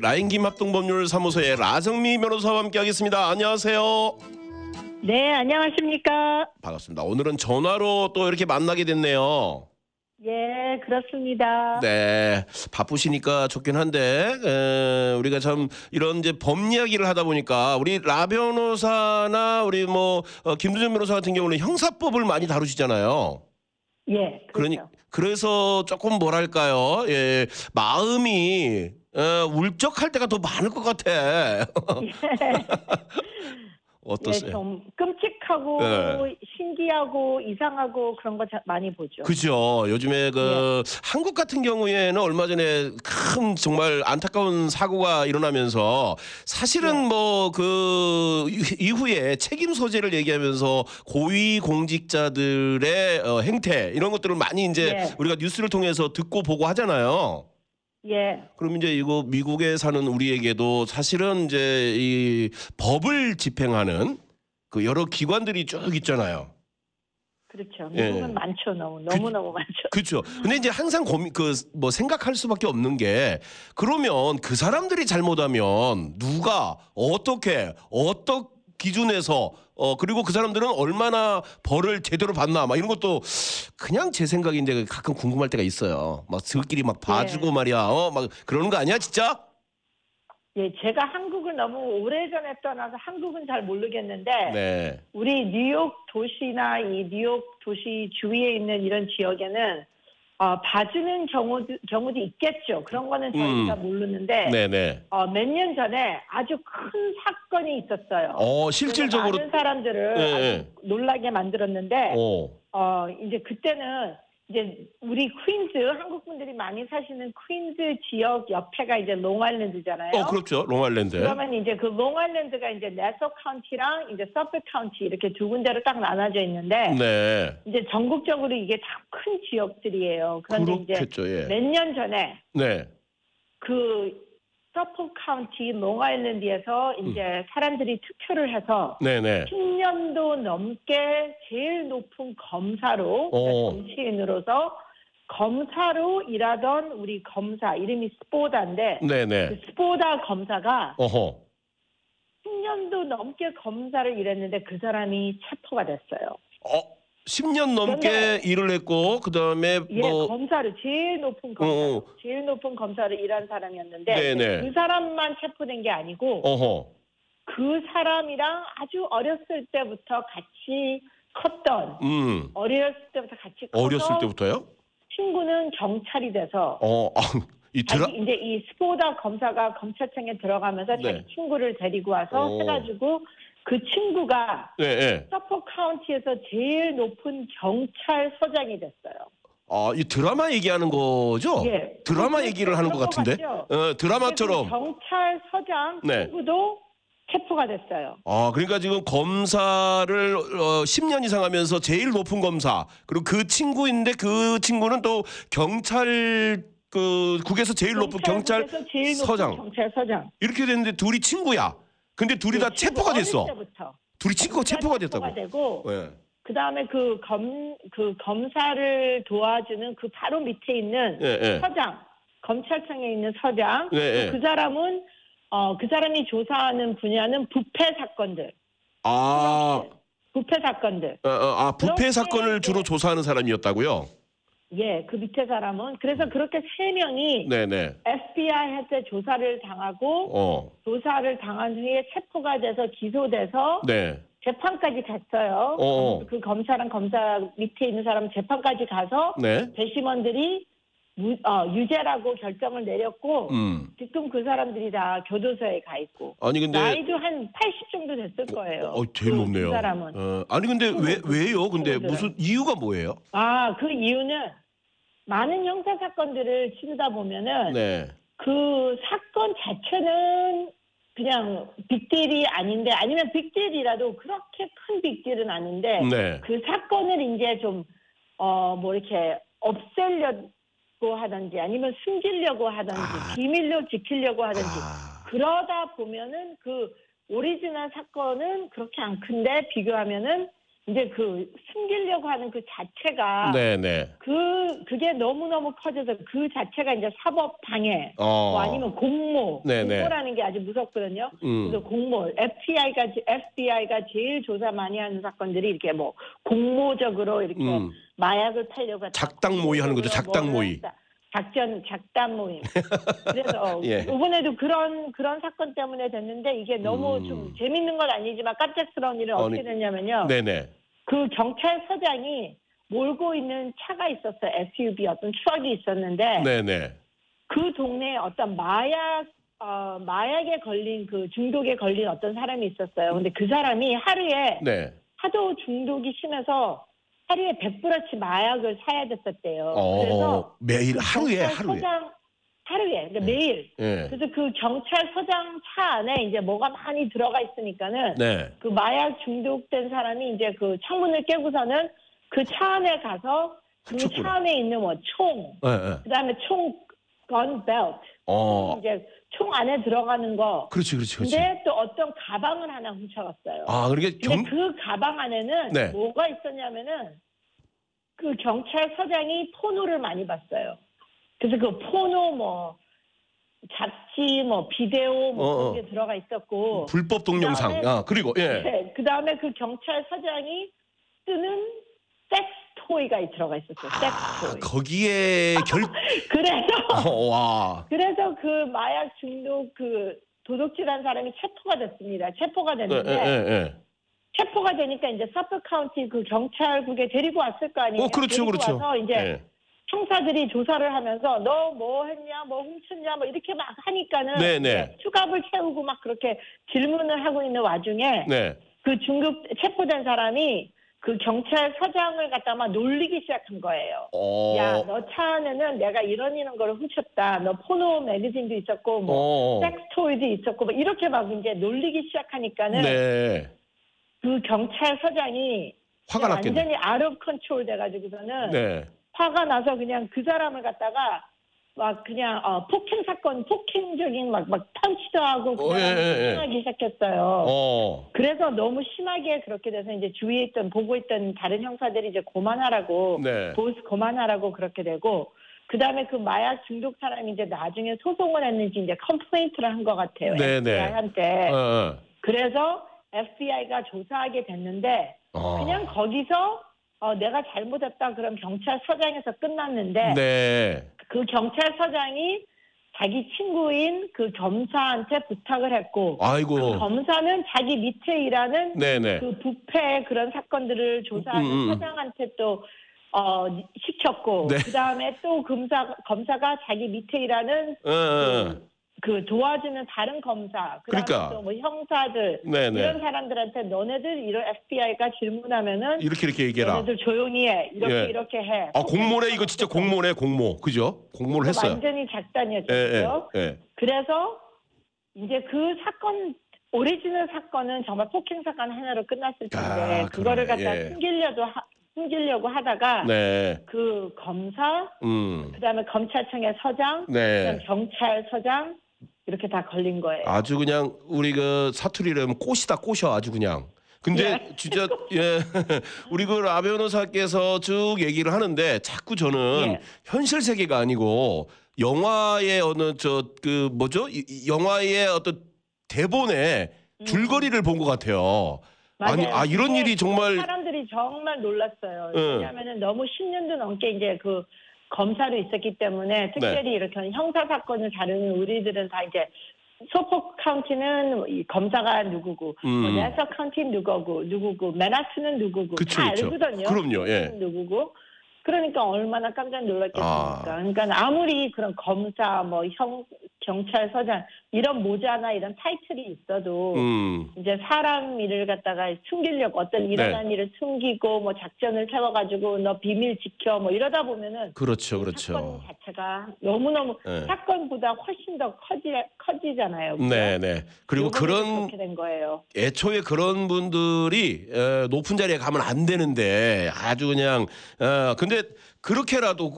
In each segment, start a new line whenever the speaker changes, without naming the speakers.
라인 김합동 법률 사무소의 라정미 변호사와 함께하겠습니다. 안녕하세요.
네, 안녕하십니까?
반갑습니다. 오늘은 전화로 또 이렇게 만나게 됐네요.
예, 그렇습니다.
네, 바쁘시니까 좋긴 한데 에, 우리가 참 이런 이제 법 이야기를 하다 보니까 우리 라 변호사나 우리 뭐 어, 김두정 변호사 같은 경우는 형사법을 많이 다루시잖아요.
예,
그러니
그렇죠.
그래서 조금 뭐랄까요, 예, 마음이 어, 울적할 때가 더 많을 것 같아.
예,
어떠세요?
네, 좀 끔찍하고
예.
신기하고 이상하고 그런 거 자- 많이 보죠.
그죠. 요즘에 그 한국 같은 경우에는 얼마 전에 큰 정말 안타까운 사고가 일어나면서 사실은 뭐 그 이후에 책임 소재를 얘기하면서 고위 공직자들의 어, 행태 이런 것들을 많이 이제
네.
우리가 뉴스를 통해서 듣고 보고 하잖아요.
예,
그럼 이제 이거 미국에 사는 우리에게도 사실은 이제 이 법을 집행하는 그 여러 기관들이 쭉 있잖아요.
그렇죠.
예.
미국은 많죠, 너무 너무 너무 많죠.
그렇죠. 근데 이제 항상 고민 그 뭐 생각할 수밖에 없는 게 그러면 그 사람들이 잘못하면 누가 어떻게 어떤 기준에서 어 그리고 그 사람들은 얼마나 벌을 제대로 받나 막 이런 것도 그냥 제 생각인데 가끔 궁금할 때가 있어요. 막 저끼리 막 봐주고
네.
말이야. 어 막 그러는 거 아니야 진짜?
예, 제가 한국을 너무 오래전에 떠나서 한국은 잘 모르겠는데
네.
우리 뉴욕 도시나 이 뉴욕 도시 주위에 있는 이런 지역에는 어, 봐주는 경우도, 경우도 있겠죠. 그런 거는 저희가 모르는데
음. 네, 네.
어, 몇 년 전에 아주 큰 사건이 있었어요.
어 실질적으로
많은 사람들을
예,
아주
예.
놀라게 만들었는데 어.
어.
이제 그때는 이제 우리 퀸즈 한국 분들이 많이 사시는 퀸즈 지역 옆에가 이제 롱아일랜드잖아요.
어 그렇죠. 롱아일랜드.
그러면 이제 그 롱아일랜드가 이제 네서 카운티랑 이제 서프 카운티 이렇게 두 군데로 딱 나눠져 있는데
네.
이제 전국적으로 이게 다 큰 지역들이에요. 그런데 이제
그렇겠죠. 예.
몇 년 전에
네.
그 서포 카운티 롱아일랜드에서 이제
음.
사람들이 투표를 해서
네, 네.
10년도 넘게 제일 높은 검사로
어.
그러니까 정치인으로서 검사로 일하던 우리 검사 이름이 스포다인데
네,
그
네.
스포다 검사가
어허.
10년도 넘게 검사를 일했는데 그 사람이 체포가 됐어요.
어, 10년 넘게
그런데-
일을 했고 그다음에
예,
뭐
검사를 제일 높은 검사,
어.
제일 높은 검사를 일한 사람이었는데
네네.
그 사람만 체포된 게 아니고
어허.
그 사람이랑 아주 어렸을 때부터 같이 컸던
음.
어렸을 때부터 같이 커서
어렸을 때부터요?
친구는 경찰이 돼서
어, 아, 이 드라
자기 이제 이 스포다 검사가 검찰청에 들어가면서
네.
자기 친구를 데리고 와서
오.
해가지고 그 친구가
예, 예.
서포 카운티에서 제일 높은 경찰서장이 됐어요.
아, 이 드라마 얘기하는 거죠?
예.
드라마
그렇게
얘기를 하는 것
그런 것
같은데.
같죠?
어,
그래서
드라마처럼.
경찰서장
네.
친구도 체포가 됐어요.
아, 그러니까 지금 검사를 어, 10년 이상 하면서 제일 높은 검사. 그리고 그 친구인데 그 친구는 또 경찰 그 국에서 제일 높은 경찰
경찰국에서 제일 높은
서장.
경찰서장.
이렇게 됐는데 둘이 친구야. 근데 둘이
예,
다
친구
체포가
어릴
됐어.
때부터.
둘이
아,
친구가 체포가
체포가
됐다고.
되고
예.
그다음에 그 검, 그 검사를 도와주는 그 바로 밑에 있는
예, 예.
서장, 검찰청에 있는 서장.
예, 예.
그 사람은 어, 그 사람이 조사하는 분야는 부패 사건들.
아,
부패 사건들.
어, 어, 아 부패
그렇게
사건을 주로
이제-
조사하는 사람이었다고요?
예, 그 밑에 사람은 그래서 그렇게 세 명이
음. 네, 네.
FBI한테 조사를 당하고
어,
조사를 당한 후에 체포가 돼서 기소돼서
네.
재판까지 갔어요.
어어.
그 검사랑 검사 밑에 있는 사람 재판까지 가서
네.
배심원들이 무- 어, 유죄라고 결정을 내렸고
음.
지금 그 사람들이 다 교도소에 가 있고
아니 근데
나이도 한 80 정도 됐을 거예요.
어 제일
그-
높네요.
그 사람은
어, 아니 근데 왜 왜요? 근데
친구들은.
무슨 이유가 뭐예요?
아그 이유는 많은 형사 사건들을 치르다 보면은
네.
그 사건 자체는 그냥 빅딜이 아닌데 아니면 빅딜이라도 그렇게 큰 빅딜은 아닌데
네.
그 사건을 이제 좀, 어, 뭐 이렇게 없애려고 하든지 아니면 숨기려고 하든지
아.
비밀로 지키려고 하든지
아.
그러다 보면은 그 오리지널 사건은 그렇게 안 큰데 비교하면은 이제 그 숨기려고 하는 그 자체가
아. 네네.
그 그게 너무 너무 커져서 그 자체가 이제 사법 방해
어.
뭐 아니면 공모
네네.
공모라는 게 아주 무섭거든요.
음.
그래서 공모 FBI가 FBI가 제일 조사 많이 하는 사건들이 이렇게 뭐 공모적으로 이렇게
음.
마약을 팔려고 했다.
작당 모의 하는 거죠,
공모적으로
작당
뭐를
모의.
했다. 작전 작당 모임. 그래서 어,
예.
이번에도 그런 그런 사건 때문에 됐는데 이게 너무
음.
좀 재밌는 건 아니지만 깜짝스러운 일은 어떻게
아니,
됐냐면요.
네네.
그 경찰서장이 몰고 있는 차가 있었어요. SUV 어떤 추억이 있었는데
네네.
그 동네에 어떤 마약 어, 마약에 걸린 그 중독에 걸린 어떤 사람이 있었어요. 근데 그 사람이 하루에
네.
하도 중독이 심해서 하루에 100불어치 마약을 사야 됐었대요. 그래서
어, 매일
그
하루에 하루에.
경찰서장 하루에 그러니까 매일
예.
그래서 그 경찰서장 차 안에 이제 뭐가 많이 들어가 있으니까는
네.
그 마약 중독된 사람이 이제 그 창문을 깨고서는 그 차 안에 가서 그
그쳤구나.
차 안에 있는 뭐 총,
예, 예.
그다음에 총건 벨트,
어.
이제 총 안에 들어가는 거.
그렇지, 그렇지, 그렇지.
근데 또 어떤 가방을 하나 훔쳐갔어요.
아, 그러니까 경
근데 그 가방 안에는
네.
뭐가 있었냐면은 그 경찰서장이 포노를 많이 봤어요. 그래서 그 포노 뭐 잡지 뭐 비디오 뭐
어, 어.
그런 게 들어가 있었고
불법 동영상.
그다음에-
아, 그리고 예.
네. 그 다음에 그 경찰서장이 쓰는 섹스토이가 들어가 있었어요.
아,
섹스토이.
거기에 결
그래서,
어, 와.
그래서 그 마약 중독 그 도둑질한 사람이 체포가 됐습니다. 체포가
예, 예,
됐는데, 네.
예,
체포가 되니까 이제 서프 카운티 그 경찰국에 데리고 왔을 거
예.
아니에요?
어, 그렇죠,
데리고
그렇죠.
와서 이제
예.
형사들이 조사를 하면서 너 뭐 했냐, 뭐 훔쳤냐, 뭐 이렇게 막 하니까는
네, 네.
수갑을 채우고 막 그렇게 질문을 하고 있는 와중에
네.
그 중국 체포된 사람이 그 경찰 서장을 갖다 막 놀리기 시작한 거예요.
어.
야, 너 차 안에는 내가 이런 이런 거를 훔쳤다. 너 포노 매거진도 있었고, 뭐,
어.
섹스토이도 있었고, 뭐 이렇게 막 이제 놀리기 시작하니까는
네.
그 경찰 서장이
화가 났겠네.
완전히 아웃 컨트롤 돼가지고서는
네.
화가 나서 그냥 그 사람을 갖다가 막 그냥 어, 폭행 사건, 폭행적인 막, 막 펀치도 하고
어,
그냥
예, 예, 예.
하기 시작했어요.
어.
그래서 너무 심하게 그렇게 돼서 이제 주위에 있던 보고 있던 다른 형사들이 이제 고만하라고
네.
보스 고만하라고 그렇게 되고 그다음에 그 마약 중독 사람이 이제 나중에 소송을 했는지 이제 컴플레인트를 한 것 같아요.
네, 네.
FBI한테.
예, 예.
그래서 FBI가 조사하게 됐는데
어.
그냥 거기서 어, 내가 잘못했다 그럼 경찰서장에서 끝났는데
네.
그 경찰서장이 자기 친구인 그 검사한테 부탁을 했고 그
아이고.
검사는 자기 밑에 일하는
네, 네.
그 부패 그런 사건들을 조사하는
음, 음, 음.
사장한테 또 어, 시켰고
네.
그다음에 또 검사 검사가 자기 밑에 일하는
예, 예.
그 도와주는 다른 검사 그다음에
그러니까.
또 뭐 형사들
네,
이런
네.
사람들한테 너네들 이런 FBI가 질문하면은
이렇게 이렇게 얘기해라.
너네들 조용히 해 이렇게
예.
이렇게 해
아 공모래 이거 진짜 공모래 공모 그죠? 공모를 했어요.
완전히 작단이었죠.
예, 예, 예.
그래서 이제 그 사건 오리지널 사건은 정말 폭행 사건 하나로 끝났을 텐데
아,
그거를
그러네.
갖다
예.
숨기려도 하, 숨기려고 하다가
네,
그 검사
음,
그다음에 검찰청의 서장 그다음
네.
경찰서장 이렇게 다 걸린 거예요.
아주 그냥 우리 그 사투리로 하면 꼬시다 꼬셔 아주 그냥. 근데 진짜 예 우리 그 라 변호사께서 쭉 얘기를 하는데 자꾸 저는
예.
현실 세계가 아니고 영화의 어느 저 그 뭐죠 이- 이 영화의 어떤 대본에 줄거리를 본 것 같아요. 아니
음. 맞아요.
아 이런
근데
일이 정말
사람들이 정말 놀랐어요.
예.
왜냐하면 너무 10년도 넘게 이제 그 검사로 있었기 때문에
네.
특별히 이렇게 형사 사건을 다루는 우리들은 다 이제 소폭 카운티는 이 검사가 누구고 뭐
음.
레서 카운티는 누구고 누구고 맨하튼은 누구고
그쵸,
다
그쵸.
알거든요. 음,
그럼요, 예.
누구고 그러니까 얼마나 깜짝 놀랐겠습니까.
아.
그러니까 아무리 그런 검사 뭐 형 경찰서장 이런 모자나 이런 타이틀이 있어도
음.
이제 사람 일을 갖다가 숨기려고 어떤
네.
일어난 일을 숨기고 뭐 작전을 세워가지고 너 비밀 지켜 뭐 이러다 보면은
그렇죠,
사건
그렇죠.
자체가 너무 너무
예.
사건보다 훨씬 더 커지 커지잖아요.
네, 네. 그리고
요번에도
그런
그렇게 된 거예요.
애초에 그런 분들이 에, 높은 자리에 가면 안 되는데 아주 그냥 어, 근데 그렇게라도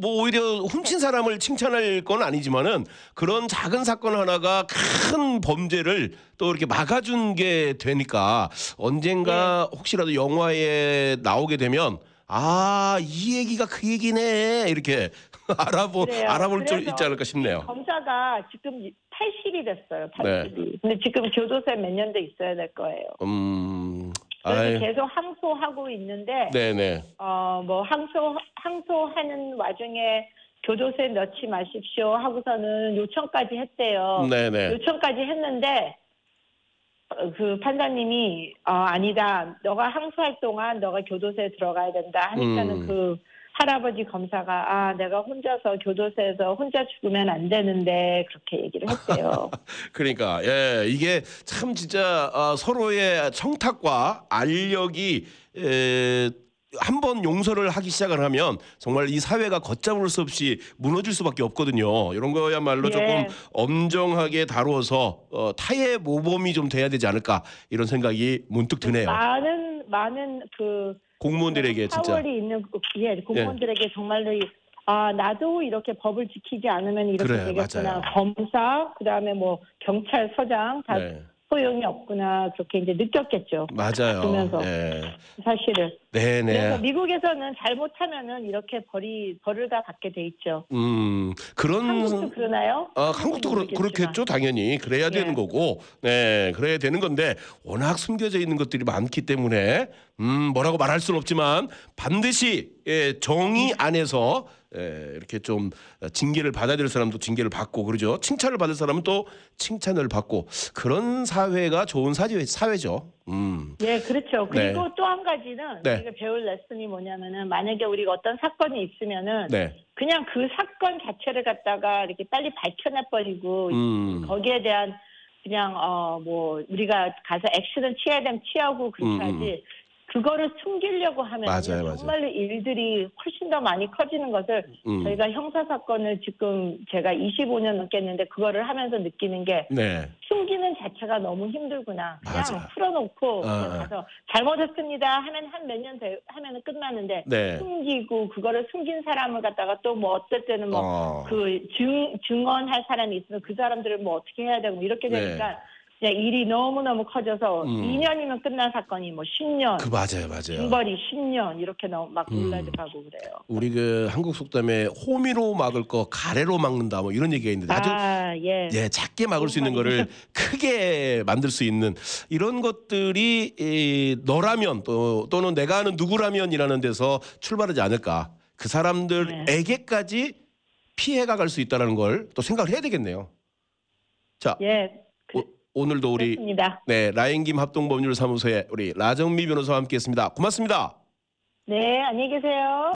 뭐 오히려 훔친 사람을 칭찬할 건 아니지만은 그런 작은 사건 하나가 큰 범죄를 또 이렇게 막아준 게 되니까
네.
언젠가 혹시라도 영화에 나오게 되면 아 이 얘기가 그 얘기네 이렇게 알아보
그래요.
알아볼 줄
그래서
있지 않을까 싶네요.
검사가 지금
네.
80이 됐어요. 80이. 근데 지금 교도소에 몇 년 돼 있어야 될 거예요.
음,
그래서
아이,
계속 항소하고 있는데
네네.
어 뭐 항소 항소하는 와중에 교도소에 넣지 마십시오 하고서는 요청까지 했대요.
네네.
요청까지 했는데 어, 그 판사님이 어, 아니다 너가 항소할 동안 너가 교도소에 들어가야 된다 하니까는
음.
그 할아버지 검사가 아 내가 혼자서 교도소에서 혼자 죽으면 안 되는데 그렇게 얘기를 했대요.
그러니까 예 이게 참 진짜 아, 서로의 청탁과 알력이 에, 한 번 용서를 하기 시작을 하면 정말 이 사회가 걷잡을 수 없이 무너질 수밖에 없거든요. 이런 거야말로
예.
조금 엄정하게 다루어서 어, 타의 모범이 좀 돼야 되지 않을까 이런 생각이 문득 드네요.
아, 많은 많은 그
공무원들에게 진짜
파월이 있는 예 공무원들에게 정말로 이- 아 나도 이렇게 법을 지키지 않으면 이렇게
그래,
되겠구나
맞아요.
검사 그다음에 뭐 경찰서장 다
네,
소용이 없구나 그렇게 이제 느꼈겠죠
맞아요.
보면서.
예.
사실은
네네.
그래서 미국에서는 잘못하면은 이렇게 벌이 벌을 다 받게 돼 있죠
음
한국도
그런
음, 그러나요?
아, 한국도 그러,
모르겠지만.
그렇겠죠, 당연히. 그래야
예.
되는 거고, 네, 그래야 되는 건데, 워낙 숨겨져 있는 것들이 많기 때문에, 음, 뭐라고 말할 수는 없지만, 반드시, 예,
음.
정의 안에서, 예, 이렇게 좀, 징계를 받아야 될 사람도 징계를 받고, 그러죠. 칭찬을 받을 사람은 또 칭찬을 받고, 그런 사회가 좋은 사회, 사회죠. 음,
예, 그렇죠. 그리고 또 한 가지는
네.
우리가 배울 레슨이 뭐냐면은 만약에 우리가 어떤 사건이 있으면은
네.
그냥 그 사건 자체를 갖다가 이렇게 빨리 밝혀내버리고
음,
거기에 대한 그냥 어 뭐 우리가 가서 액션을 취해야 되면 취하고
음,
그렇게
음,
하지 그거를 숨기려고 하면
맞아요, 맞아요.
정말로 일들이 훨씬 더 많이 커지는 것을
음.
저희가 형사 사건을 지금 제가 25년 넘겠는데 그거를 하면서 느끼는 게
네.
숨기는 자체가 너무 힘들구나. 그냥
맞아.
풀어놓고 그냥
어, 어.
가서 잘못했습니다 하면 한 몇 년 하면은 끝나는데
네.
숨기고 그거를 숨긴 사람을 갖다가 또 뭐 어떨 때는 뭐
어.
그 증, 증언할 사람이 있으면 그 사람들을 뭐 어떻게 해야 되고 이렇게
네.
되니까 그냥 일이 너무너무 커져서
음.
2년이면 끝난 사건이 뭐 10년,
그, 맞아요, 맞아요.
징벌이 10년 이렇게 너무 막
음.
올라가고 그래요.
우리 그 한국 속담에 호미로 막을 거 가래로 막는다 뭐 이런 얘기가 있는데 아주
아, 예.
예 작게 막을 수 있는
정말.
거를 크게 만들 수 있는 이런 것들이 이 너라면 또 또는 내가 아는 누구라면이라는 데서 출발하지 않을까 그 사람들에게까지
네.
피해가 갈 수 있다라는 걸 또 생각을 해야 되겠네요. 자
예.
오, 오늘도 우리
그렇습니다.
네 라인김 합동법률사무소의 우리 라정미 변호사와 함께했습니다. 고맙습니다.
네, 안녕히 계세요.